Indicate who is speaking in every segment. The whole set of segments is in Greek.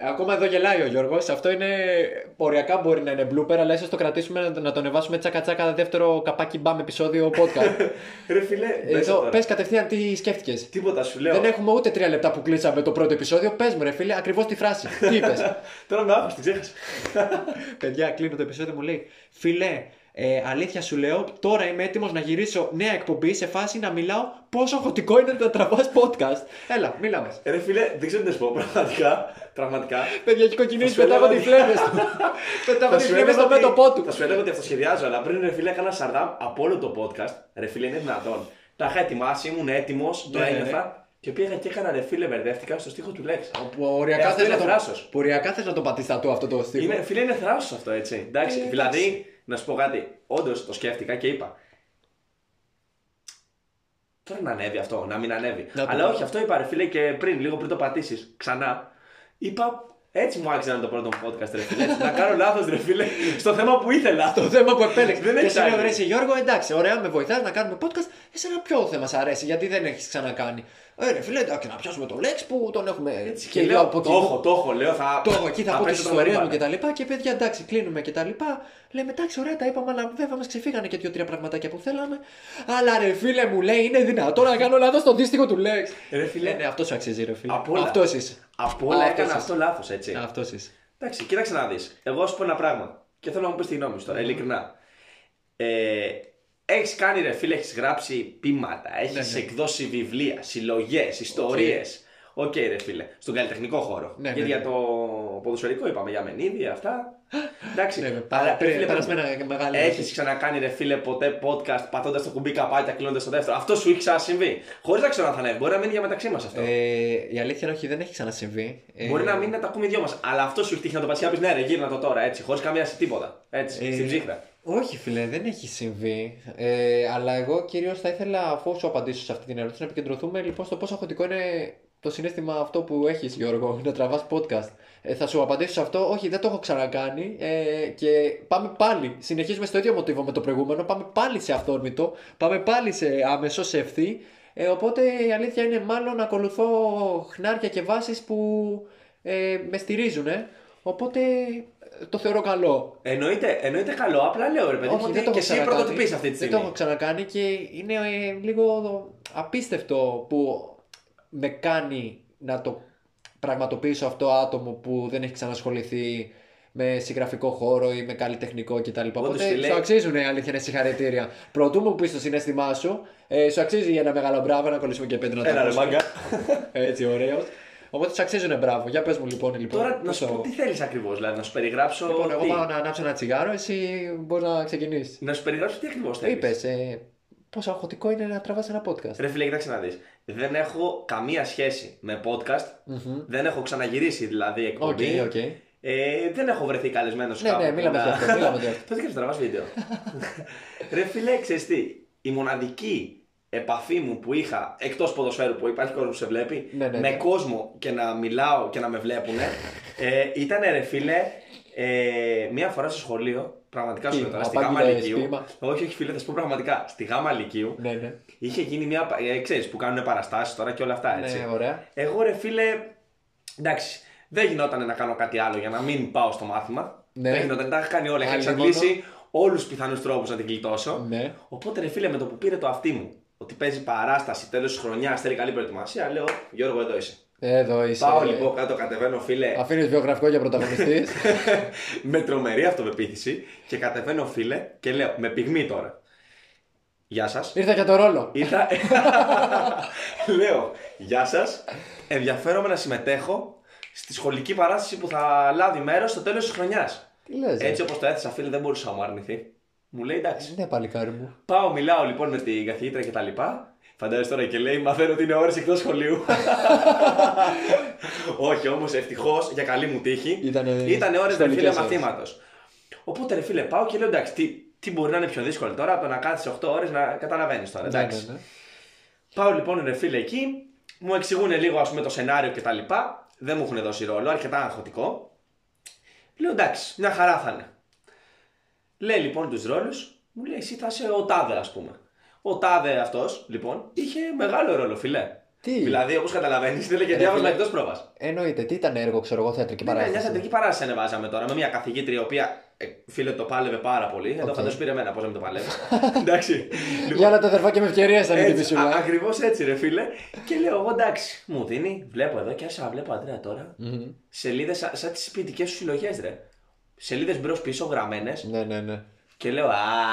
Speaker 1: Ακόμα εδώ γελάει ο Γιώργος. Αυτό είναι. Ποριακά μπορεί να είναι blooper, αλλά ίσως το κρατήσουμε να, να το ανεβάσουμε τσακατσάκα δεύτερο καπάκι μπαμ επεισόδιο podcast.
Speaker 2: Ρε φίλε, πες
Speaker 1: Ε, εδώ,
Speaker 2: τώρα.
Speaker 1: πες κατευθείαν τι σκέφτηκες.
Speaker 2: Τίποτα σου λέω.
Speaker 1: Δεν έχουμε ούτε τρία λεπτά που κλείσαμε το πρώτο επεισόδιο. Πες μου, ρε φίλε, ακριβώς τη φράση. Τι είπες.
Speaker 2: Τώρα με άφησε, την ξέχασα.
Speaker 1: Παιδιά, κλείνω το επεισόδιο μου λέει Φιλέ, ε, αλήθεια σου λέω, τώρα είμαι έτοιμος να γυρίσω νέα εκπομπή σε φάση να μιλάω πόσο χωτικό είναι να τραβάς podcast. Έλα, μίλα μας.
Speaker 2: Ε, Ρε φίλε, δεν ξέρω τι να σου πω. Πραγματικά. Πραγματικά.
Speaker 1: Παιδιά, έχει κοκκινήσει,
Speaker 2: Θα σου
Speaker 1: πετάω
Speaker 2: έλεγα
Speaker 1: τι
Speaker 2: ότι-
Speaker 1: φλέβες. Πετάω
Speaker 2: Θα
Speaker 1: τι
Speaker 2: σου
Speaker 1: φλέβες
Speaker 2: έλεγα
Speaker 1: στο
Speaker 2: ότι-
Speaker 1: μέτωπό του.
Speaker 2: Θα σου έλεγα ότι αυτοσχεδιάζω, αλλά πριν ρε φίλε έκανα σαρδάμ από όλο το podcast. Ρε φίλε, είναι δυνατόν. Τα είχα ετοιμάσει, ήμουν έτοιμος, το
Speaker 1: Ναι, ναι, ναι.
Speaker 2: ένιωθα. Και πήγα και έκανα ρε φίλε, μπερδεύτηκα στο στίχο του Λέξ. Ε,
Speaker 1: Ποριακά
Speaker 2: αυτός
Speaker 1: θες να
Speaker 2: είναι
Speaker 1: το-
Speaker 2: θράσος.
Speaker 1: Ποριακά θες να το πατήσεις τατού αυτό το στίχο.
Speaker 2: Είναι, φίλε, είναι θράσος αυτό, έτσι. Εντάξει,
Speaker 1: Ε,
Speaker 2: δηλαδή, να σου πω κάτι. Όντως το σκέφτηκα και είπα. Τώρα να ανέβει αυτό, να μην ανέβει.
Speaker 1: Να το
Speaker 2: Αλλά
Speaker 1: πω.
Speaker 2: όχι, αυτό είπα, ρε φίλε, και πριν, λίγο πριν το πατήσεις ξανά. Είπα, έτσι μου άξιζε να το πρώτο μου podcast, ρε φίλε. έτσι, να κάνω λάθος, ρε φίλε, στο θέμα που ήθελα.
Speaker 1: Το θέμα που επέλεξε.
Speaker 2: Δεν
Speaker 1: και
Speaker 2: έχει
Speaker 1: σου λέω,
Speaker 2: άλλη.
Speaker 1: ρε, εσύ, Γιώργο, εντάξει, ωραία, με βοηθάς να κάνουμε podcast. Εσένα ποιο θέμα σ' αρέσει, γιατί δεν έχεις ξανακάνει. Ε, ρε, φίλε, εντάξει, να πιάσουμε το λέξ που τον έχουμε.
Speaker 2: Έτσι,
Speaker 1: και
Speaker 2: και,
Speaker 1: λίγο
Speaker 2: λέω,
Speaker 1: από
Speaker 2: το
Speaker 1: κοινού».
Speaker 2: έχω, το έχω, λέω, θα.
Speaker 1: Το έχω εκεί, θα, πω την
Speaker 2: πέσω τα
Speaker 1: ιστορία μου
Speaker 2: μαρμάρα.
Speaker 1: και τα λοιπά. Και παιδιά, εντάξει, κλείνουμε και τα λοιπά. Λέμε, εντάξει, ωραία, τα είπαμε, αλλά βέβαια μας ξεφύγανε και δύο-τρία πραγματάκια που θέλαμε. Αλλά ρε φίλε μου, λέει, είναι δυνατό να κάνω λάθος στο δύστιχο του λέξ.
Speaker 2: Ρε
Speaker 1: Φίλε,
Speaker 2: φίλε,
Speaker 1: ναι, αυτός σου αξίζει, ρε φίλε.
Speaker 2: Ε, Απ' όλα.
Speaker 1: Αυτός είσαι.
Speaker 2: από όλα
Speaker 1: Α,
Speaker 2: έκανα
Speaker 1: αυτός
Speaker 2: αυτό λάθος, έτσι.
Speaker 1: Αυτός είσαι.
Speaker 2: Εντάξει, κοίταξε να δεις. Εγώ σου πω ένα πράγμα. Και θέλω να μου πεις τη γνώμη
Speaker 1: Ναι.
Speaker 2: σου τώρα, ειλικρινά. Ε, έχεις κάνει ρε φίλε, έχεις γράψει πείματα, έχεις
Speaker 1: ναι.
Speaker 2: εκδώσει βιβλία, συλλογές, ιστορίες. Οκ, ρε φίλε, στον καλλιτεχνικό χώρο.
Speaker 1: Ναι,
Speaker 2: Γιατί
Speaker 1: ναι, ναι.
Speaker 2: για το ποδοσφαιρικό είπαμε, για μενίδια, αυτά. Εντάξει.
Speaker 1: Ναι, με
Speaker 2: Αλλά,
Speaker 1: πάρα
Speaker 2: ρε φίλε,
Speaker 1: πριν, περασμένα μεγάλη.
Speaker 2: έχεις ξανακάνει ρε φίλε ποτέ podcast πατώντας το κουμπί καπάκια, κλείνοντας το δεύτερο. Αυτό σου είχε ξανασυμβεί. Χωρίς να ξέρω αν θα ανέβει. Μπορεί να μείνει για μεταξύ μας αυτό.
Speaker 1: Ε, η αλήθεια είναι όχι, δεν έχει ξανασυμβεί. Ε,
Speaker 2: Μπορεί να μην να τα ακούμε οι δυο μας. Αλλά αυτό σου τύχει να το πατήσει να πεις ναι, ρε, γύρνα το τώρα έτσι, χωρίς καμία σε τίποτα. Έτσι,
Speaker 1: Ε,
Speaker 2: στην ψύχρα.
Speaker 1: Όχι, φίλε, δεν έχει συμβεί. Ε, αλλά εγώ κυρίως θα ήθελα, αφού σου απαντήσω σε αυτή την ερώτηση, να επικεντρωθούμε λοιπόν στο πόσο αγχωτικό είναι το συνέστημα αυτό που έχεις, Γιώργο, να τραβάς podcast. Ε, θα σου απαντήσω σε αυτό. Όχι, δεν το έχω ξανακάνει. Ε, και πάμε πάλι. Συνεχίζουμε στο ίδιο μοτίβο με το προηγούμενο. Πάμε πάλι σε αυθόρμητο. Πάμε πάλι σε άμεσο, σε ευθύ. Ε, οπότε η αλήθεια είναι μάλλον ακολουθώ χνάρια και βάσεις που ε, με στηρίζουν. Οπότε ε, το θεωρώ καλό.
Speaker 2: Εννοείται, εννοείται καλό, απλά λέω ρε παιδί μου
Speaker 1: Όχι, δεν
Speaker 2: ότι
Speaker 1: το έχω
Speaker 2: και εσύ
Speaker 1: ξανακάνει.
Speaker 2: πρωτοτυπείς αυτή τη
Speaker 1: Δεν το έχω
Speaker 2: στιγμή.
Speaker 1: ξανακάνει και είναι ε, λίγο απίστευτο που με κάνει να το πραγματοποιήσω αυτό άτομο που δεν έχει ξανασχοληθεί με συγγραφικό χώρο ή με καλλιτεχνικό κτλ. Οπότε
Speaker 2: φίλε.
Speaker 1: σου αξίζουν η αλήθεια είναι συγχαρητήρια. Προτού μου πεις το συνέστημά σου, ε, σου αξίζει ένα μεγάλο μπράβο να κολλήσουμε και πέντε να τα
Speaker 2: Έλα ρε
Speaker 1: ακούσουμε.
Speaker 2: μάγκα.
Speaker 1: Έτσι, ωραίος. Οπότε σου αξίζουν μπράβο. Για πες μου λοιπόν. λοιπόν
Speaker 2: Τώρα να σου
Speaker 1: πόσο-
Speaker 2: πω τι θέλεις ακριβώς, δηλαδή να σου περιγράψω.
Speaker 1: Λοιπόν, εγώ
Speaker 2: τι.
Speaker 1: πάω να ανάψω ένα τσιγάρο, εσύ μπορείς να ξεκινήσεις.
Speaker 2: Να σου περιγράψω τι ακριβώς
Speaker 1: Το
Speaker 2: θέλεις.
Speaker 1: είπες. Ε, πόσο αγχωτικό είναι να τραβάς ένα podcast.
Speaker 2: Ρε φίλε, κοιτάξτε να δεις. Δεν έχω καμία σχέση με podcast.
Speaker 1: Μμμ.
Speaker 2: Δεν έχω ξαναγυρίσει δηλαδή
Speaker 1: Οκ,
Speaker 2: εκπομπή.
Speaker 1: οκ.
Speaker 2: Ε, δεν έχω βρεθεί καλεσμένος
Speaker 1: Ναι, ναι, μίλαμε γι' αυτό, μίλαμε γι' αυτό.
Speaker 2: Τότε και να τραβάς βίντεο. Ρε φίλε, ξέρεις τι, η μοναδική επαφή μου που είχα εκτός ποδοσφαίρου που υπάρχει κόσμος που σε βλέπει,
Speaker 1: Ναι, ναι,
Speaker 2: με
Speaker 1: ναι.
Speaker 2: κόσμο και να μιλάω και να με βλέπουν, ε, ήταν ρε φίλε ε, μία φορά στο σχολείο. Πραγματικά σου
Speaker 1: Τι,
Speaker 2: λέω τώρα, στη
Speaker 1: απάγγειλα
Speaker 2: γάμα Λυκείου.
Speaker 1: ποίημα.
Speaker 2: Όχι, όχι φίλε, θα σου πω πραγματικά. Στη γάμα Λυκείου
Speaker 1: Ναι, ναι.
Speaker 2: είχε γίνει μια. Ε, ξέρεις, που κάνουν παραστάσεις τώρα και όλα αυτά έτσι.
Speaker 1: Ναι, ωραία.
Speaker 2: Εγώ ρε φίλε, εντάξει, δεν γινόταν να κάνω κάτι άλλο για να μην πάω στο μάθημα.
Speaker 1: Ναι.
Speaker 2: Δεν γινόταν, τα είχα κάνει όλα. Είχα
Speaker 1: Άλλη
Speaker 2: εξαντλήσει όλους τους πιθανούς τρόπους να την γλιτώσω.
Speaker 1: Ναι.
Speaker 2: Οπότε ρε φίλε, με το που πήρε το αυτί μου, ότι παίζει παράσταση τέλος της χρονιάς, θέλει καλή προετοιμασία, λέω Γιώργο, εδώ είσαι.
Speaker 1: Εδώ είσαι.
Speaker 2: Πάω λοιπόν κάτω, κατεβαίνω φίλε,
Speaker 1: Αφήνεις βιογραφικό για πρωταγωνιστής.
Speaker 2: με τρομερή αυτοπεποίθηση και κατεβαίνω φίλε και λέω με πυγμή τώρα. Γεια σας.
Speaker 1: Ήρθα για το ρόλο.
Speaker 2: Ήρθα. Λέω, γεια σας. Ενδιαφέρομαι να συμμετέχω στη σχολική παράσταση που θα λάβει μέρος στο τέλος της χρονιάς.
Speaker 1: Τι λες.
Speaker 2: Έτσι όπως το έθεσα, φίλε, δεν μπορούσα να μου αρνηθεί. Μου λέει εντάξει.
Speaker 1: Ναι, παλικάρι μου.
Speaker 2: Πάω, μιλάω λοιπόν με την καθηγήτρια και τα λοιπά. Φαντάζεσαι τώρα και λέει, μαθαίνω ότι είναι ώρε εκτός σχολείου. Όχι, όμως ευτυχώς για καλή μου τύχη.
Speaker 1: Ήτανε
Speaker 2: Ήτανε ώρες ρε
Speaker 1: σχολικές
Speaker 2: φίλε
Speaker 1: ώρες.
Speaker 2: μαθήματος. Οπότε ρε φίλε, πάω και λέω εντάξει, τι, τι μπορεί να είναι πιο δύσκολο τώρα από το να κάτσει 8 ώρες να καταλαβαίνεις τώρα.
Speaker 1: Ναι,
Speaker 2: Εντάξει.
Speaker 1: ναι, ναι.
Speaker 2: Πάω λοιπόν ρε φίλε εκεί, μου εξηγούν λίγο ας πούμε το σενάριο και τα λοιπά. Δεν μου έχουν δώσει ρόλο, αρκετά αγχωτικό. Λέω εντάξει, μια χαρά θα είναι. Λέει λοιπόν τους ρόλους, μου λέει εσύ θα είσαι ο τάδε ας πούμε. Ο τάδε αυτός λοιπόν είχε μεγάλο ρόλο φίλε.
Speaker 1: Τι.
Speaker 2: Δηλαδή, όπως καταλαβαίνεις, δεν λέγεται διάβασμα
Speaker 1: φίλε.
Speaker 2: εκτός πρόβας.
Speaker 1: Εννοείται, τι ήταν έργο, ξέρω εγώ, θεατρική
Speaker 2: Ναι, ναι, μια
Speaker 1: παράσταση.
Speaker 2: θεατρική παράσταση ανεβάζαμε τώρα με μια καθηγήτρια η οποία ε, φίλε το πάλευε πάρα πολύ. Εδώ
Speaker 1: Οκ.
Speaker 2: φαντάζομαι πήρε εμένα πώς να μην το παλεύεις. Εντάξει.
Speaker 1: Ναι.
Speaker 2: Λοιπόν,
Speaker 1: Για να τα αδερφά και με ευκαιρία σαν την πισούλα.
Speaker 2: Ακριβώς έτσι, ρε φίλε. Και λέω εγώ εντάξει, μου δίνει, βλέπω εδώ και άσα, βλέπω Αντρέα τώρα.
Speaker 1: Μμμ.
Speaker 2: Σελίδες σαν τις ποιητικές σου συλλογές, ρε. Σελίδες μπρο-πίσω γραμμένες.
Speaker 1: Ναι, ναι, ναι.
Speaker 2: Και λέω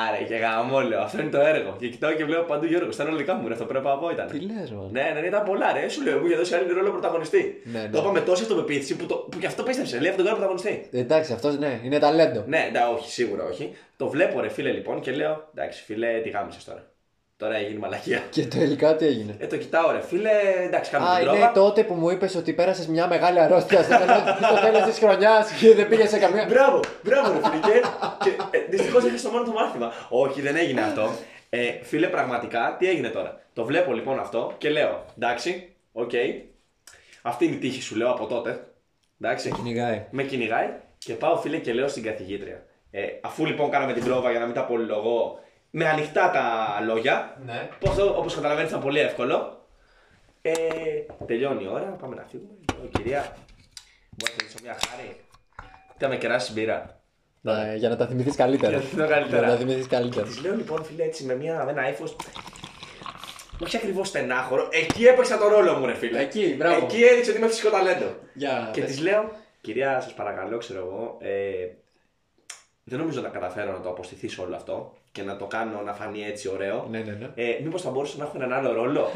Speaker 2: Άρε, και γαμό, λέω. Αυτό είναι το έργο. Και κοιτάω και βλέπω παντού Γιώργο. Ήταν όλα δικά μου, ρε. Αυτό πρέπει να πω ήταν.
Speaker 1: Τι λες, μα.
Speaker 2: Ναι, ναι, ήταν πολλά, ρε. Σου λέω, μου είχε δώσει άλλη ρόλο πρωταγωνιστή.
Speaker 1: Ναι, ναι.
Speaker 2: Το είπα με τόση αυτοπεποίθηση που, το, που και αυτό πίστεψε. Λέει αυτόν τον κάνω πρωταγωνιστή.
Speaker 1: Εντάξει, αυτός ναι, είναι ταλέντο.
Speaker 2: Ναι, ναι, όχι, σίγουρα όχι. Το βλέπω, ρε φίλε λοιπόν και λέω, εντάξει, φίλε, τι γάμισες τώρα. Τώρα έγινε μαλακία.
Speaker 1: Και τελικά τι έγινε.
Speaker 2: Ε, το κοιτάω, ρε φίλε, εντάξει, κάνω
Speaker 1: Α, ναι,
Speaker 2: την
Speaker 1: είναι
Speaker 2: πρόβα.
Speaker 1: τότε που μου είπες ότι πέρασες μια μεγάλη αρρώστια στο τέλος της χρονιάς και δεν πήγες σε καμία.
Speaker 2: Μπράβο, μπράβο, ρε φίλε. Και, και ε, δυστυχώς έχασε το μόνο του μάθημα. Όχι, δεν έγινε αυτό. Ε, φίλε, πραγματικά, τι έγινε τώρα. Το βλέπω λοιπόν αυτό και λέω, εντάξει, οκ. Αυτή είναι η τύχη σου, λέω από τότε. Εντάξει.
Speaker 1: Κυνηγάει.
Speaker 2: Με κυνηγάει και πάω φίλε και λέω στην καθηγήτρια. Ε, αφού λοιπόν κάναμε την πρόβα για να μην τα πολυλογώ με ανοιχτά τα λόγια,
Speaker 1: Ναι.
Speaker 2: που αυτό όπως καταλαβαίνετε ήταν πολύ εύκολο, ε, τελειώνει η ώρα, πάμε να φύγουμε. Λέω, κυρία, μπορείτε να δείξω μια χάρη. Θα με κεράσει μπύρα.
Speaker 1: Ναι, για να τα θυμηθείς καλύτερα.
Speaker 2: Για να τα θυμηθώ καλύτερα.
Speaker 1: Για να τα θυμηθείς καλύτερα.
Speaker 2: Της λέω λοιπόν φίλε έτσι με, μια, με ένα ύφος. Όχι ακριβώς στενάχωρο, εκεί έπαιξα το ρόλο μου ρε φίλε.
Speaker 1: Εκεί, μπράβο.
Speaker 2: Εκεί έδειξε ότι είμαι φυσικό ταλέντο.
Speaker 1: Για
Speaker 2: Και
Speaker 1: πες.
Speaker 2: της λέω, κυρία, σας παρακαλώ, ξέρω εγώ, ε, δεν νομίζω να καταφέρω να το αποστηθήσω όλο αυτό και να το κάνω να φανεί έτσι ωραίο.
Speaker 1: Ναι, ναι, ναι.
Speaker 2: Ε, Μήπως θα μπορούσα να έχω έναν άλλο ρόλο.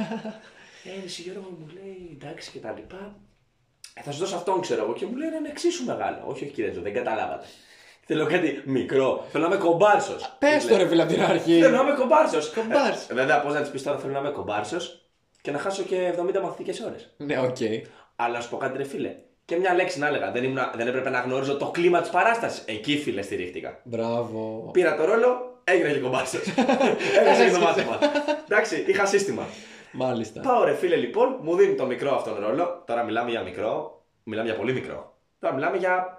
Speaker 2: ε, εσύ Γιώργο μου λέει, εντάξει και τα λοιπά. Ε, θα σου δώσω αυτόν, ξέρω εγώ. Και μου λέει, είναι εξίσου μεγάλο. Όχι, όχι, κύριε Τζο, δεν καταλάβατε. Θέλω κάτι μικρό. Θέλω να είμαι κομπάρσος.
Speaker 1: Πες το ρε φίλε από την αρχή.
Speaker 2: Θέλω να είμαι κομπάρσος.
Speaker 1: Κομπάρς.
Speaker 2: Ε, βέβαια, πώς να της πεις τώρα, θέλω να είμαι κομπάρσος και να χάσω και 70 μαθητικές ώρες.
Speaker 1: Ναι, οκ.
Speaker 2: Αλλά να σου πω κάτι, ρε φίλε. Και μια λέξη να έλεγα. Δεν, ήμουν, δεν έπρεπε να γνωρίζω το κλίμα της παράστασης. Εκεί, φίλε, στηρίχτηκα.
Speaker 1: Μπράβο.
Speaker 2: Πήρα το ρόλο, έγινα και κομπάσο. Έχασα και το μάθημα. Εντάξει, είχα σύστημα.
Speaker 1: Μάλιστα.
Speaker 2: Πάω, ρε φίλε, λοιπόν, μου δίνει το μικρό αυτόν ρόλο. Τώρα μιλάμε για μικρό. Μιλάμε για πολύ μικρό. Τώρα μιλάμε για.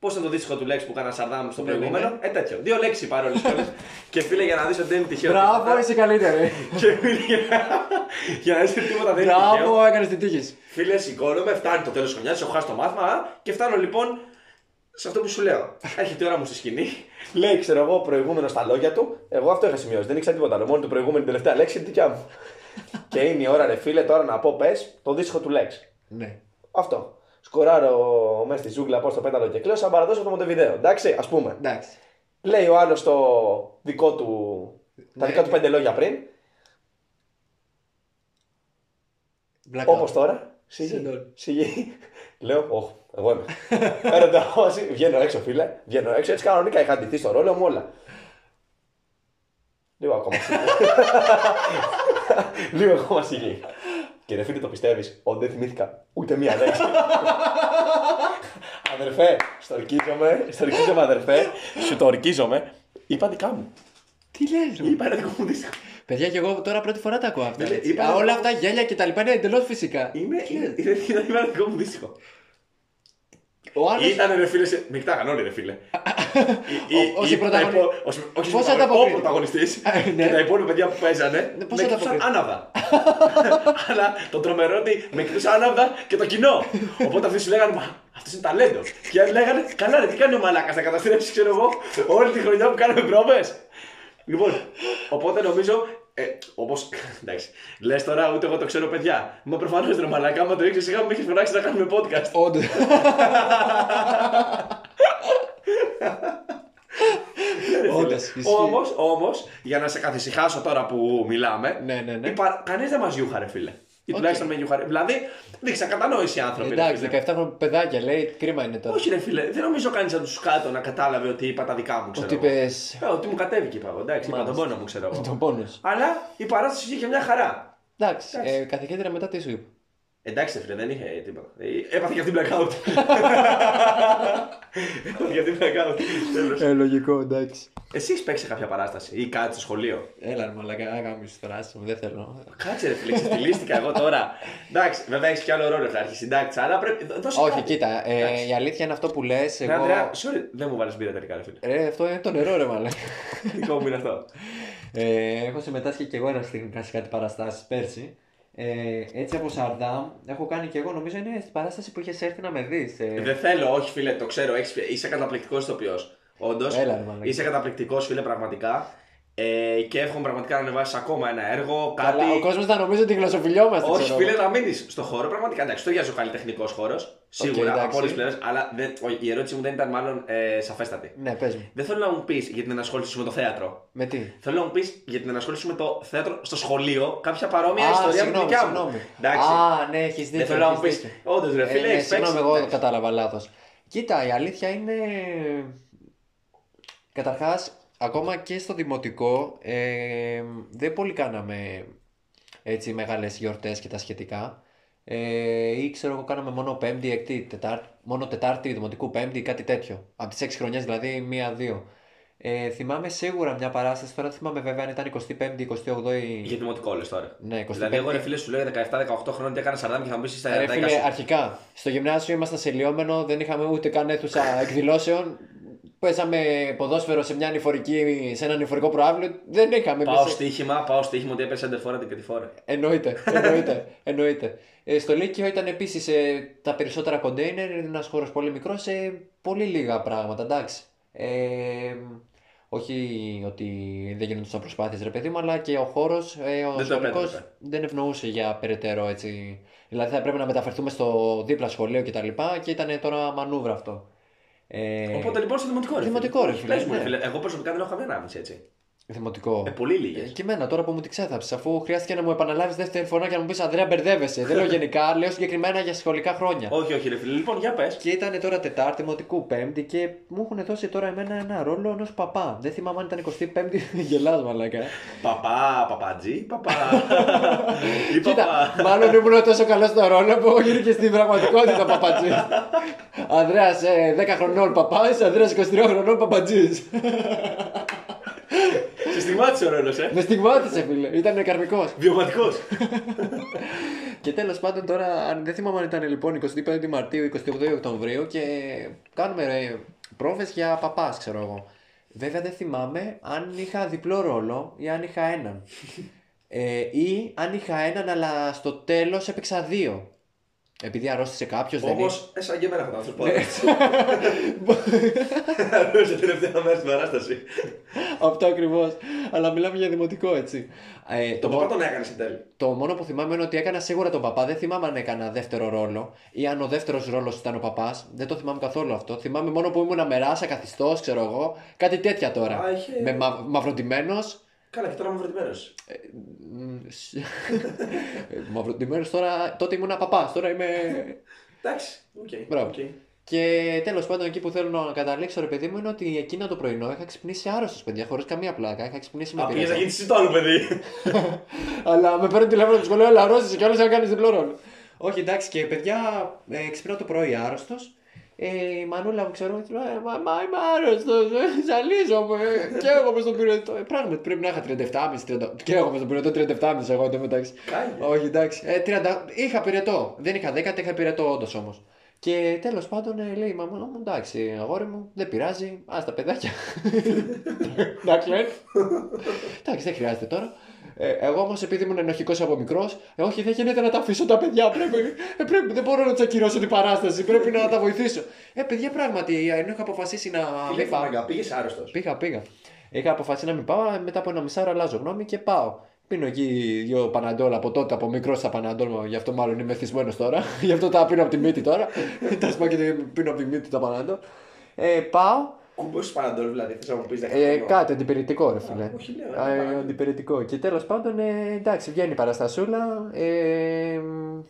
Speaker 2: Πώ ήταν το δύσκολο του λέξη που κάνα σαρδάμ στο
Speaker 1: Ναι, ναι,
Speaker 2: προηγούμενο. Ε, τέτοιο. Δύο λέξει παρόλε και φίλε, για να δεις ότι δεν είναι τυχαίο.
Speaker 1: Μπράβο,
Speaker 2: τίποτα.
Speaker 1: είσαι καλύτερη.
Speaker 2: Και φίλε, για- για να δεις ότι τίποτα δεν είναι τυχαίο.
Speaker 1: Μπράβο, έκανε την τύχη. σου.
Speaker 2: Φίλε, σηκώνομαι, φτάνει το τέλος της χρονιάς, έχω χάσει το μάθημα α, και φτάνω λοιπόν σε αυτό που σου λέω. Έρχεται η ώρα μου στη σκηνή, λέει, ξέρω εγώ, προηγούμενο στα λόγια του. Εγώ αυτό είχα σημειώσει, δεν ήξερα τίποτα άλλο. Μόνο την προηγούμενη τελευταία λέξη είναι δικιά μου. και είναι η ώρα, ρε φίλε, τώρα να πω πες το δύσχο του λέξη.
Speaker 1: Ναι.
Speaker 2: Αυτό. Σκοράρω μέσα στη ζούγκλα, πώς το πέταλο και κλαίω, σαν παραδώσω το μοντεβιδέο. Εντάξει, ας πούμε.
Speaker 1: Εντάξει.
Speaker 2: Λέει ο άλλος το δικό του. Τα
Speaker 1: Ναι.
Speaker 2: δικά του πέντε λόγια πριν.
Speaker 1: Blackout.
Speaker 2: Όπως τώρα.
Speaker 1: Συντόλ.
Speaker 2: Σιγή. Σιγή. Λέω, όχι, εγώ είμαι. Παίρνω τα όση, βγαίνω έξω, φίλε. Βγαίνω έξω, έτσι κανονικά είχα αντιθεί στο ρόλο μου όλα. Λίγο ακόμα σιγή. Λίγο ακόμα σιγή. Και ρε φίλε, το πιστεύεις, ότι δεν θυμήθηκα ούτε μία λέξη. αδερφέ, στορκίζομαι, στορκίζομαι, αδερφέ, σου το ορκίζομαι. Είπα δικά μου.
Speaker 1: Τι λες,
Speaker 2: Είπα ένα δικό μου δύσκολο.
Speaker 1: Παιδιά, και εγώ τώρα πρώτη φορά τα ακούω αυτά.
Speaker 2: Ναι,
Speaker 1: έτσι.
Speaker 2: είπα-
Speaker 1: Α, όλα αυτά γέλια και τα λοιπά είναι εντελώς φυσικά.
Speaker 2: Είναι,
Speaker 1: Τι
Speaker 2: είναι,
Speaker 1: λες.
Speaker 2: είναι, είναι ένα δικό μου δύσκολο.
Speaker 1: Ο άλλος.
Speaker 2: Ήτανε ρε φίλε, σε... με κοιτάγαν όλοι ρε φίλε. Ή- ή-
Speaker 1: Ο- όσοι
Speaker 2: ή
Speaker 1: πρωταγωνι-
Speaker 2: τα υπο- όσοι- Όχι
Speaker 1: Πώς
Speaker 2: Πώς
Speaker 1: θα τα
Speaker 2: ο
Speaker 1: αποκρίνει.
Speaker 2: πρωταγωνιστής
Speaker 1: Α, ναι.
Speaker 2: και τα υπόλοιπα παιδιά που παίζανε
Speaker 1: Ναι,
Speaker 2: με
Speaker 1: πώς θα τα
Speaker 2: κοιτούσαν
Speaker 1: αποκρίνει.
Speaker 2: άναβδα. Αλλά το τρομερό είναι ότι με κοιτούσαν άναβδα και το κοινό. Οπότε αυτοί σου λέγανε «Μα, αυτός είναι ταλέντος. Και άλλοι λέγανε καλά ρε τι κάνει ο μαλάκας να καταστρέψει ξέρω εγώ όλη τη χρονιά που κάναμε πρόβες. Λοιπόν, οπότε νομίζω ε, Όπως. Εντάξει. Λες τώρα, ούτε εγώ το ξέρω, παιδιά. Μα προφανώς ρε μαλακά, άμα το ήξερε, σιγά με έχεις φωνάξει να κάνουμε podcast.
Speaker 1: Όντω. Όντως, ισχύει.
Speaker 2: Όμως, όμως, για να σε καθησυχάσω τώρα που μιλάμε,
Speaker 1: Ναι, ναι, ναι.
Speaker 2: κανείς δεν μας γιούχαρε, φίλε. Ή
Speaker 1: Οκ.
Speaker 2: τουλάχιστον με γιούχαρε. Δηλαδή, δείξαν κατανόηση οι άνθρωποι. ρε
Speaker 1: Εντάξει,
Speaker 2: φίλε.
Speaker 1: 17 χρόνια παιδάκια λέει, κρίμα είναι τώρα.
Speaker 2: Όχι, ρε φίλε, δεν νομίζω κανείς από τους κάτω να κατάλαβε ότι είπα τα δικά μου, ξέρω.
Speaker 1: Ότι
Speaker 2: εγώ.
Speaker 1: είπες.
Speaker 2: Ε, ότι μου κατέβηκε, είπα εγώ. Εντάξει, είπα τον
Speaker 1: Μάλιστα.
Speaker 2: πόνο μου, ξέρω εγώ.
Speaker 1: Τον πόνος.
Speaker 2: Αλλά η παράσταση βγήκε μια χαρά.
Speaker 1: Εντάξει,
Speaker 2: Εντάξει.
Speaker 1: ε, καθηγήτρια μετά τι σου είπε.
Speaker 2: Εντάξει, ρε φίλε, δεν είχε τίποτα. Ε, Έπαθε και αυτή blackout. Έπαθε και αυτή blackout. Τέλος.
Speaker 1: Ε, λογικό, εντάξει.
Speaker 2: Εσύ έχεις παίξει σε κάποια παράσταση ή κάτι στο σχολείο.
Speaker 1: Έλα, ρε μαλακά, αγάμι φράση μου, δεν θέλω.
Speaker 2: Κάτσε ρε φίλε, ξεφτυλίστηκα εγώ τώρα. Εντάξει, βέβαια έχεις κι άλλο ρόλο να αρχίσει συντάξει, αλλά πρέπει. Δώσε
Speaker 1: Όχι,
Speaker 2: κάτι.
Speaker 1: κοίτα, ε,
Speaker 2: Εντάξει. Ναι,
Speaker 1: η αλήθεια είναι αυτό που λες.
Speaker 2: Ρε,
Speaker 1: Εγώ...
Speaker 2: Ανδρέα, sorry, δεν μου βάλει μπύρα τελικά, ρε φίλε.
Speaker 1: Ρε, αυτό είναι το νερό, ρε μαλακά.
Speaker 2: Δικό μου είναι αυτό.
Speaker 1: Ε, έχω συμμετάσχει και εγώ ένα στιγμή σε κάτι παραστάσεις πέρσι. Ε, έτσι από Σαρδάμ, έχω κάνει και εγώ νομίζω είναι στην παράσταση που είχες έρθει να με ε. δεις.
Speaker 2: Ε, Δεν θέλω, όχι φίλε, το ξέρω. έχεις- είσαι καταπληκτικός ηθοποιός. Όντως.
Speaker 1: Έλα, ρε μαλάκα.
Speaker 2: Είσαι καταπληκτικός, φίλε, πραγματικά. Ε, και εύχομαι πραγματικά να ανεβάσει ακόμα ένα έργο. Κάτι...
Speaker 1: Καλά, ο κόσμος θα νομίζει ότι γλωσσοφιλιόμαστε.
Speaker 2: Όχι,
Speaker 1: ξέρω
Speaker 2: φίλε,
Speaker 1: εγώ.
Speaker 2: να μείνεις στο χώρο. Πραγματικά εντάξει, το γιάζει ο καλλιτεχνικό χώρο. Σίγουρα
Speaker 1: εντάξει.
Speaker 2: από όλες τι πλευρές. Αλλά δεν, ο- η ερώτηση μου δεν ήταν μάλλον ε, σαφέστατη.
Speaker 1: Ναι, πες μου.
Speaker 2: Δεν θέλω να μου πεις για την ενασχόληση σου με το θέατρο.
Speaker 1: Με τι.
Speaker 2: Θέλω να μου πεις για την ενασχόληση σου με το θέατρο στο σχολείο κάποια παρόμοια
Speaker 1: Α,
Speaker 2: ιστορία με τη
Speaker 1: συγγνώμη,
Speaker 2: δικιά μου.
Speaker 1: συγγνώμη.
Speaker 2: Εντάξει.
Speaker 1: Α, ναι, έχεις δίκιο.
Speaker 2: δεν θέλω να μου πει.
Speaker 1: έχεις δίκιο.
Speaker 2: Όντως, ρε φίλε,
Speaker 1: Ε, ναι,
Speaker 2: έχεις
Speaker 1: συγγνώμη,
Speaker 2: παίξει.
Speaker 1: εγώ
Speaker 2: Εντάξει.
Speaker 1: κατάλαβα λάθος. Κοίτα, η αλήθεια είναι. Καταρχάς, ακόμα και στο δημοτικό ε, δεν πολύ κάναμε έτσι μεγάλες γιορτές και τα σχετικά. Ε, ή ξέρω εγώ, κάναμε μόνο Πέμπτη, Εκτή, Τετάρτη, μόνο Τετάρτη Δημοτικού, Πέμπτη, κάτι τέτοιο. Από τις 6 χρονιές δηλαδή, μία-δύο. Ε, θυμάμαι σίγουρα μια παράσταση, τώρα δεν θυμάμαι βέβαια αν ήταν 25η, 28η.
Speaker 2: Για δημοτικό λες τώρα.
Speaker 1: Ναι, 25η.
Speaker 2: Δηλαδή, εγώ ρε φίλε σου λέω για 17-18 χρόνια τι έκανα Σαρδάμ και θα μου πεις στα
Speaker 1: Ε, Ρε
Speaker 2: 11
Speaker 1: φίλε,
Speaker 2: σου.
Speaker 1: αρχικά στο γυμνάσιο ήμασταν σε λιόμενο, δεν είχαμε ούτε καν αίθουσα εκδηλώσεων. Παίζαμε ποδόσφαιρο σε, μια ανηφορική, σε ένα ανηφορικό προάβλιο. Δεν είχαμε.
Speaker 2: Πάω
Speaker 1: Μέσα-
Speaker 2: στοίχημα, πάω στοίχημα ότι έπεσε αντεφόρα την κατηφόρα.
Speaker 1: Εννοείται, εννοείται, εννοείται. Ε, στο Λύκειο ήταν επίσης τα περισσότερα κοντέινερ, ένας χώρος πολύ μικρός σε πολύ λίγα πράγματα, εντάξει. Ε, όχι ότι δεν γινόντουσαν προσπάθειες, ρε παιδί μου, αλλά και ο χώρος, ε, ο
Speaker 2: το
Speaker 1: σχολικός
Speaker 2: επέτρεπε.
Speaker 1: δεν ευνοούσε για περαιτέρω έτσι. Δηλαδή θα πρέπει να μεταφερθούμε στο δίπλα σχολείο κτλ. Και, τα λοιπά και ήταν τώρα μανούβρα αυτό. Ε,
Speaker 2: Οπότε λοιπόν στο δημοτικό ρε.
Speaker 1: Δημοτικό, ρε, φίλε,
Speaker 2: Πες μου,
Speaker 1: ναι.
Speaker 2: φίλε. Εγώ προσωπικά δεν έχω καμία ανάμνηση έτσι.
Speaker 1: Δημοτικό.
Speaker 2: Ε, πολύ
Speaker 1: Ε,
Speaker 2: λίγε.
Speaker 1: Και εμένα τώρα που μου τη ξέθαψες, αφού χρειάστηκε να μου επαναλάβεις δεύτερη φορά και να μου πεις Ανδρέα, μπερδεύεσαι. Δεν λέω γενικά, λέω συγκεκριμένα για σχολικά χρόνια.
Speaker 2: Όχι, όχι, ρε φίλε. Λοιπόν, για πες.
Speaker 1: Και ήταν τώρα Τετάρτη, Δημοτικού Πέμπτη και μου έχουν δώσει τώρα εμένα ένα ρόλο ενός παπά. Δεν θυμάμαι αν ήταν 25η, γελάς μαλάκα.
Speaker 2: Παπά, παπατζή, παπά. Ή
Speaker 1: Κοίτα,
Speaker 2: παπά.
Speaker 1: μάλλον ήμουν τόσο καλός στο ρόλο που έχω γίνει και στην πραγματικότητα παπατζής. Ανδρέας 10 χρονών παπάς, Ανδρέας 23 χρονών παπατζής.
Speaker 2: Σε στιγμάτισε ο ρόλο, ε.
Speaker 1: Με στιγμάτισε, φίλε. Ήταν καρμικός.
Speaker 2: Βιωματικός.
Speaker 1: Και τέλος πάντων τώρα, αν δεν θυμάμαι αν ήταν λοιπόν 25 Μαρτίου, 28 Οκτωβρίου και κάνουμε ρε, πρόβες για παπάς, ξέρω εγώ. Βέβαια δεν θυμάμαι αν είχα διπλό ρόλο ή αν είχα έναν. Ε, ή αν είχα έναν, αλλά στο τέλος έπαιξα δύο. Επειδή αρρώστησε κάποιος, δεν
Speaker 2: Όμω,
Speaker 1: είχε.
Speaker 2: σαν και εμένα έχω άνθρωπο.
Speaker 1: Ναι.
Speaker 2: Αρρώστησε τελευταία μέρα στην παράσταση.
Speaker 1: Αυτό ακριβώς. Αλλά μιλάμε για δημοτικό, έτσι. Ε,
Speaker 2: Το
Speaker 1: το,
Speaker 2: παπά
Speaker 1: μόνο,
Speaker 2: τον έκανε εν τέλει.
Speaker 1: το μόνο που θυμάμαι είναι ότι έκανα σίγουρα τον παπά. Δεν θυμάμαι αν έκανα δεύτερο ρόλο ή αν ο δεύτερος ρόλος ήταν ο παπάς. Δεν το θυμάμαι καθόλου αυτό. Θυμάμαι μόνο που ήμουν μεράσα, καθιστός, ξέρω εγώ. Κάτι τέτοια τώρα.
Speaker 2: Α, είχε-
Speaker 1: Με μα, μαυροντημένο.
Speaker 2: Καλά, και τώρα είμαι βρετημένο.
Speaker 1: μαυροντημένο τώρα. Τότε ήμουν παπά. Τώρα είμαι
Speaker 2: Εντάξει, οκ.
Speaker 1: Μπράβο.
Speaker 2: οκ.
Speaker 1: Και τέλος πάντων, εκεί που θέλω να καταλήξω, ρε παιδί μου, είναι ότι εκείνο το πρωινό είχα ξυπνήσει άρρωστος, παιδιά, χωρίς καμία πλάκα. Είχα ξυπνήσει με
Speaker 2: Α, πήγες να
Speaker 1: πείραμα.
Speaker 2: γίνει άλλο παιδί.
Speaker 1: Αλλά με παίρνει τηλέφωνο από το σχολείο, αλλά αρρώστησε κι άλλο να κάνεις διπλό ρόλο. Όχι, εντάξει, και παιδιά, ε, ξυπνάω το πρωί άρρωστος. Ε, η μανούλα μου ξέρω, μου λέει, «Ε, μα, μα είμαι άρρωστο, ε, ζαλίζομαι. Ε, και εγώ μες στον πυρετό. Ε, πράγματι πρέπει να είχα 37,5. 30... Και εγώ μες στον πυρετό 37,5 εγώ εντωμεταξύ.
Speaker 2: Κάγε.
Speaker 1: Όχι, εντάξει. Ε, 30... Είχα πυρετό. Δεν είχα 10, είχα πυρετό όντως όμως. Και τέλος πάντων ε, λέει η μαμά μου, εντάξει, αγόρι μου, δεν πειράζει, ας τα παιδάκια. Εντάξει, λένε. Εντάξει, δεν χρειάζεται τώρα. Ε, εγώ όμως επειδή ήμουν ενοχικός από μικρός, ε, όχι, δεν γίνεται να τα αφήσω τα παιδιά. Πρέπει, ε, πρέπει, δεν μπορώ να τσακυρώσω την παράσταση. Πρέπει να τα βοηθήσω. Ε, παιδιά, πράγματι, ενώ είχα αποφασίσει να μην πάω.
Speaker 2: Πήγες άρρωστος.
Speaker 1: Πήγα, πήγα. Είχα αποφασίσει να μην πάω, ε, μετά από ένα μισάωρο αλλάζω γνώμη και πάω. Πίνω εκεί δύο παναντόλ από τότε, από μικρός στα παναντόλ, γι' αυτό μάλλον είμαι θυσμένος τώρα. γι' αυτό τα πίνω από τη μύτη τώρα. τα σπάω και τα πίνω από τη μύτη τα παναντόλ. Ε, πάω,
Speaker 2: Κούμπο Παναντόλ, δηλαδή. Θες να μου πεις
Speaker 1: ε, κάτι αντιπηρετικό, ρε φίλε.
Speaker 2: όχι, λέω,
Speaker 1: Α,
Speaker 2: ένα
Speaker 1: ε,
Speaker 2: παράδειγμα.
Speaker 1: αντιπηρετικό. Και τέλος πάντων, ε, εντάξει, βγαίνει η παραστασούλα. Ε, μ,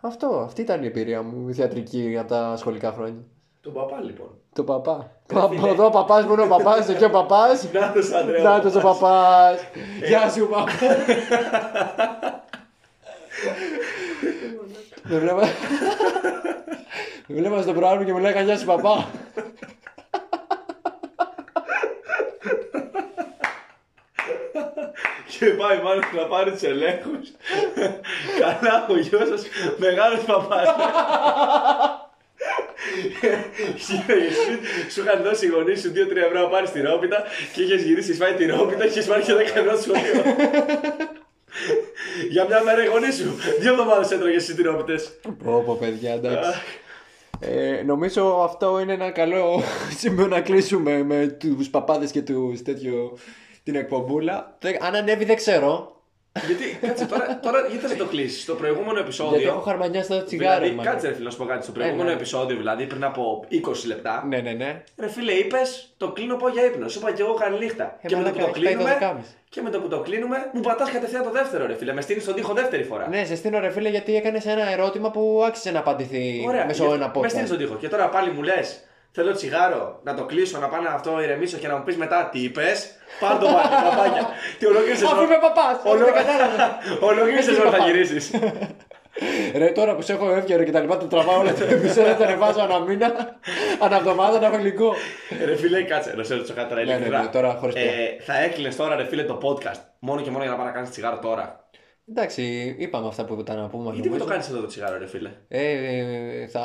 Speaker 1: αυτό, αυτή ήταν η εμπειρία μου, η θεατρική από τα σχολικά χρόνια.
Speaker 2: Τον παπά λοιπόν.
Speaker 1: Το παπά.
Speaker 2: Ρε
Speaker 1: Πα-
Speaker 2: φίλε. Ναι,
Speaker 1: Εδώ ο παπάς μου είναι ο παπάς, εκεί ο παπάς.
Speaker 2: Να το σαν
Speaker 1: Να το ο παπάς.
Speaker 2: Ε.
Speaker 1: Γεια σου, παπά. Με βλέπα. Με βλέπα στο προάλλου και μου λέγανε Γεια σου, παπά.
Speaker 2: Και πάει μάλλον να πάρει τους ελέγχους. Καλά, ο γιος σας μεγάλος παπάς. σου είχαν δώσει οι γονείς σου 2-3 ευρώ να πάρεις τη ρόπιτα και είχες γυρίσει, φάει τη ρόπιτα και είχε πάρει και 10 ευρώ στο σχολείο. Για μια μέρα οι γονείς σου. Δύο εβδομάδες έτρωγες σιτηρόπιτε.
Speaker 1: Όπω παιδιά, εντάξει. Ε, νομίζω αυτό είναι ένα καλό σημείο να κλείσουμε με τους παπάδες και τους τέτοιο την εκπομπούλα. Δεν- Αν ανέβει δεν ξέρω,
Speaker 2: Γιατί, κάτσε τώρα, τώρα γιατί θα το κλείσει. Το προηγούμενο επεισόδιο.
Speaker 1: γιατί έχω χαρμανιάσει το τσιγάρο.
Speaker 2: δηλαδή,
Speaker 1: μάλλον.
Speaker 2: κάτσε ρε φίλε, να σου πω κάτι. Στο προηγούμενο
Speaker 1: ναι.
Speaker 2: επεισόδιο, δηλαδή πριν από 20 λεπτά,
Speaker 1: Ναι, ναι, ναι.
Speaker 2: ρε φίλε, είπες το κλείνω πάω για ύπνο. Σου είπα και εγώ καλή νύχτα.
Speaker 1: Ε,
Speaker 2: και με το που
Speaker 1: μαλάκα,
Speaker 2: το
Speaker 1: έχει πάει
Speaker 2: κλείνουμε,
Speaker 1: 12.30.
Speaker 2: και με το που το κλείνουμε, μου πατάς κατευθείαν το δεύτερο ρε φίλε. Με στείνεις στον τοίχο δεύτερη φορά.
Speaker 1: Ναι, σε στείλω ρε φίλε γιατί έκανες ένα ερώτημα που άξιζε να απαντηθεί
Speaker 2: Ωραία.
Speaker 1: μέσω
Speaker 2: γιατί-
Speaker 1: ένα
Speaker 2: Με στείνεις
Speaker 1: podcast.
Speaker 2: στον τοίχο. Και τώρα πάλι μου λες, θέλω τσιγάρο, να το κλείσω, να πάω να αυτό ηρεμήσω και να μου πεις μετά τι είπες. Πάρ το πάλι, παπάνια. Τι ολόκληρη
Speaker 1: Αφού είμαι παπάς!
Speaker 2: Ολο-
Speaker 1: Δεν κατάλαβα.
Speaker 2: Ολόκληρη
Speaker 1: Εσύ
Speaker 2: σεζόν θα
Speaker 1: παπάς.
Speaker 2: γυρίσεις.
Speaker 1: Ρε τώρα που σε έχω εύκαιρο και τα λοιπά, το τραβάω όλα τα επεισόδια, θα τα ανεβάζω ανά μήνα, ανά εβδομάδα, να έχω υλικό.
Speaker 2: Ρε φίλε, κάτσε, να σε ρωτήσω κάτι τώρα.
Speaker 1: Ναι, ναι, ναι,
Speaker 2: ειλικρινά.
Speaker 1: τώρα χωρίς
Speaker 2: ε, θα έκλεινες τώρα, ρε φίλε, το podcast. Μόνο και μόνο για να πάω να κάνεις τσιγάρο τώρα.
Speaker 1: Εντάξει, είπαμε αυτά που ήταν να πούμε.
Speaker 2: Γιατί μου το
Speaker 1: νομίζω.
Speaker 2: κάνεις εδώ το τσιγάρο, ρε φίλε.
Speaker 1: Ε, ε, θα.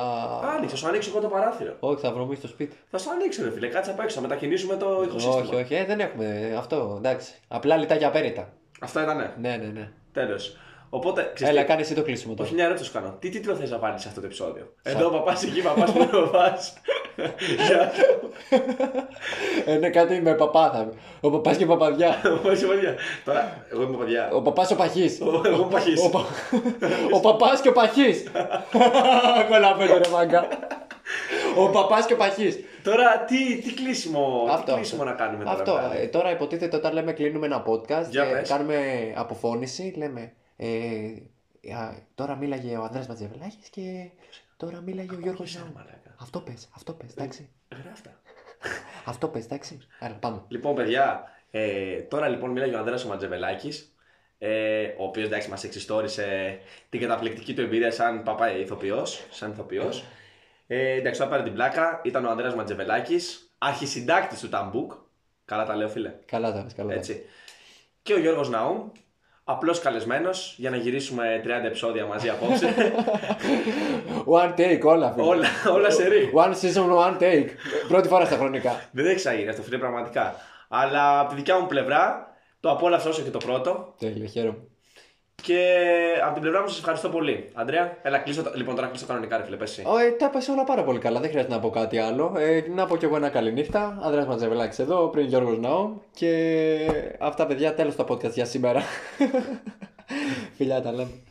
Speaker 2: Άνοιξε, θα σου ανοίξω εγώ το παράθυρο.
Speaker 1: Όχι, θα βρωμίσει στο σπίτι.
Speaker 2: Θα σου ανοίξω, ρε φίλε, κάτσε απ' έξω, θα μετακινήσουμε το οικοσύστημα.
Speaker 1: Όχι, όχι, ε, δεν έχουμε αυτό. Εντάξει. Απλά λιτάκια απέριτα.
Speaker 2: Αυτά ήταν,
Speaker 1: Ναι, ναι, ναι.
Speaker 2: τέλος. Οπότε, ξέρεις
Speaker 1: Έλα,
Speaker 2: τι,
Speaker 1: κάνε εσύ το κλείσιμο τώρα.
Speaker 2: Όχι, μια ερώτηση σου κάνω. Τι τίτλο θες να βάλει σε αυτό το επεισόδιο. Εδώ παπάς, εκεί παπάς, πού παπάς. Για
Speaker 1: Ε, ναι, κάτι με παπά θα. Ο παπάς και παπαδιά.
Speaker 2: Όχι, παιδιά. Τώρα, εγώ είμαι παιδιά.
Speaker 1: Ο παπάς ο παχής.
Speaker 2: Ο- Εγώ είμαι παχής.
Speaker 1: Ο, πα... ο παπάς και ο παχής Κολλάμε ρε μάγκα Ο παπάς και ο παχής
Speaker 2: Τώρα, τι, τι κλείσιμο, τι
Speaker 1: Αυτό,
Speaker 2: κλείσιμο να κάνουμε τώρα.
Speaker 1: Αυτό
Speaker 2: μεγάλε.
Speaker 1: ε, τώρα υποτίθεται όταν λέμε κλείνουμε ένα podcast
Speaker 2: ναι, Για
Speaker 1: ε,
Speaker 2: πες.
Speaker 1: Κάνουμε αποφώνηση Λέμε ε, α, Τώρα μίλαγε ο Ανδρέας Ματζεβελάκης Και τώρα μίλαγε ο Γιώργος
Speaker 2: Σαν
Speaker 1: Ζάου
Speaker 2: μαλάκα.
Speaker 1: Αυτό πες, αυτό πες, εντάξει
Speaker 2: Γράφτα.
Speaker 1: Αυτό πες, εντάξει Άρα πάμε
Speaker 2: Λοιπόν, παιδιά, ε, τώρα λοιπόν μίλαγε ο Ανδρέας ο Ματζεβελάκης, ε, ο οποίος εντάξει μας εξιστόρισε την καταπληκτική του εμπειρία σαν παπά ηθοποιός, σαν ηθοποιός. Ε, εντάξει, τώρα πάρε την πλάκα, ήταν ο Ανδρέας Ματζεβελάκης, αρχισυντάκτης του Ταμπούκ, καλά τα λέω φίλε,
Speaker 1: Καλά τα πες, καλά τα πες.
Speaker 2: έτσι. Και ο Γιώργος Ναούμ, απλώς καλεσμένος για να γυρίσουμε 30 επεισόδια μαζί απόψε,
Speaker 1: One take όλα φίλε.
Speaker 2: όλα, όλα σε ρί.
Speaker 1: One season, one take Πρώτη φορά στα χρονικά
Speaker 2: Δεν έχει ξαναγίνει αυτό, φίλε, πραγματικά. Αλλά από τη δικιά μου πλευρά, το απόλαυσα όσο και το πρώτο.
Speaker 1: Τέλεια, χαίρομαι
Speaker 2: Και από την πλευρά μου σας ευχαριστώ πολύ. Αντρέα, έλα κλείσω. τα- Λοιπόν, τώρα κλείσω κανονικά, ρε φίλε, πες εσύ.
Speaker 1: Ω, ε, τα είπα σε όλα πάρα πολύ καλά, δεν χρειάζεται να πω κάτι άλλο. Ε, να πω κι εγώ ένα καληνύχτα. Ανδρέας Ματζεβελάκης εδώ, πριν Γιώργος Ναόμ. Και αυτά παιδιά, τέλος το podcast για σήμερα. Φιλιά, τα λέμε.